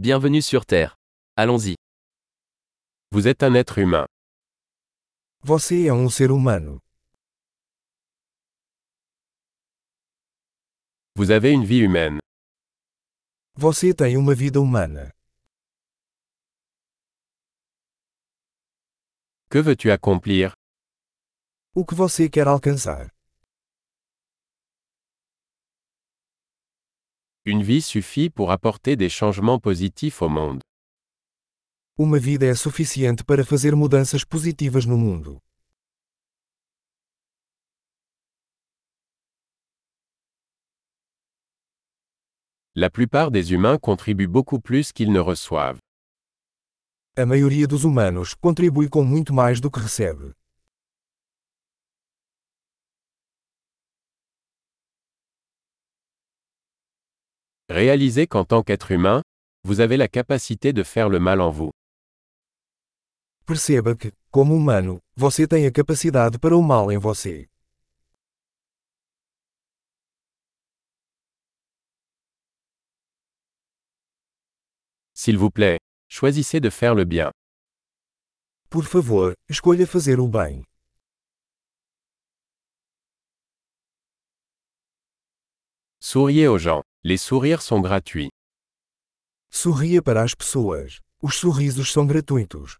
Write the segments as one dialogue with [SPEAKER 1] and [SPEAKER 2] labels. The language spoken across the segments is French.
[SPEAKER 1] Bienvenue sur Terre. Allons-y.
[SPEAKER 2] Vous êtes un être humain.
[SPEAKER 3] Você é um ser humano.
[SPEAKER 2] Vous avez une vie humaine.
[SPEAKER 3] Você tem uma vida humana.
[SPEAKER 2] Que veux-tu accomplir
[SPEAKER 3] O que você quer alcançar?
[SPEAKER 2] Une vie suffit pour apporter des changements positifs au monde.
[SPEAKER 3] Uma vida é suficiente para fazer mudanças positivas no mundo.
[SPEAKER 2] La plupart des humains contribuent beaucoup plus qu'ils ne reçoivent.
[SPEAKER 3] A maioria dos humanos contribui com muito mais do que recebe.
[SPEAKER 2] Réalisez qu'en tant qu'être humain, vous avez la capacité de faire le mal en vous.
[SPEAKER 3] Perceba que, como humano, você tem a capacidade para o mal em você.
[SPEAKER 2] S'il vous plaît, choisissez de faire le bien.
[SPEAKER 3] Por favor, escolha fazer o bem.
[SPEAKER 2] Souriez aux gens. Les sourires sont gratuits.
[SPEAKER 3] Sorria para as pessoas. Os sorrisos são gratuitos.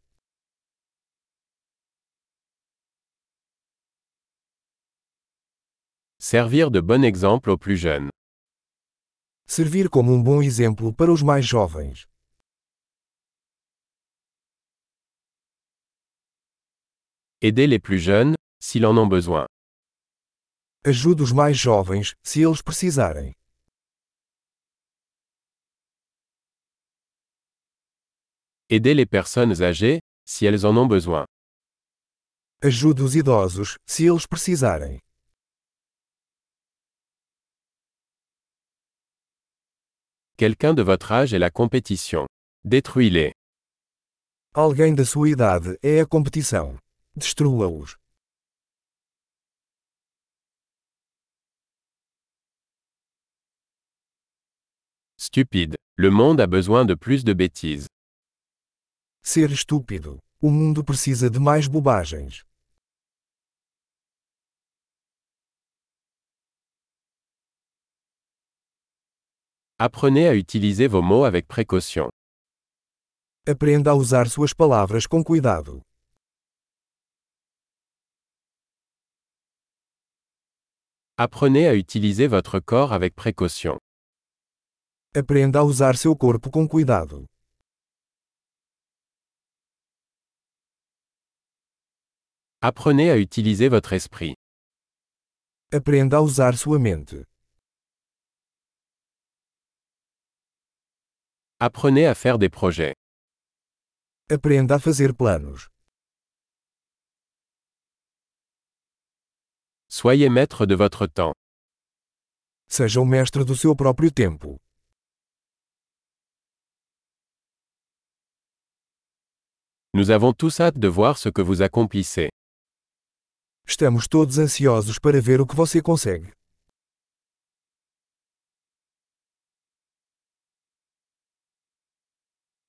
[SPEAKER 2] Servir de bon exemple aux plus jeunes.
[SPEAKER 3] Servir como um bom exemplo para os mais jovens.
[SPEAKER 2] Aidez les plus jeunes, s'ils en ont besoin.
[SPEAKER 3] Ajude os mais jovens, se eles precisarem.
[SPEAKER 2] Aidez les personnes âgées, si elles en ont besoin.
[SPEAKER 3] Ajude os idosos, se eles precisarem.
[SPEAKER 2] Quelqu'un de votre âge est la compétition. Détruis-les.
[SPEAKER 3] Alguém da sua idade é a competição. Destrua-os.
[SPEAKER 2] Stupide. Le monde a besoin de plus de bêtises.
[SPEAKER 3] Ser estúpido. O mundo precisa de mais bobagens.
[SPEAKER 2] Apprenez à utiliser vos mots avec précaution.
[SPEAKER 3] Aprenda a usar suas palavras com cuidado.
[SPEAKER 2] Apprenez à utiliser votre corps avec précaution.
[SPEAKER 3] Aprenda a usar seu corpo com cuidado.
[SPEAKER 2] Apprenez à utiliser votre esprit.
[SPEAKER 3] Aprenda a usar sua mente.
[SPEAKER 2] Apprenez à faire des projets.
[SPEAKER 3] Aprenda a fazer planos.
[SPEAKER 2] Soyez maître de votre temps.
[SPEAKER 3] Seja o mestre do seu próprio tempo.
[SPEAKER 2] Nous avons tous hâte de voir ce que vous accomplissez.
[SPEAKER 3] Estamos todos ansiosos para ver o que você consegue.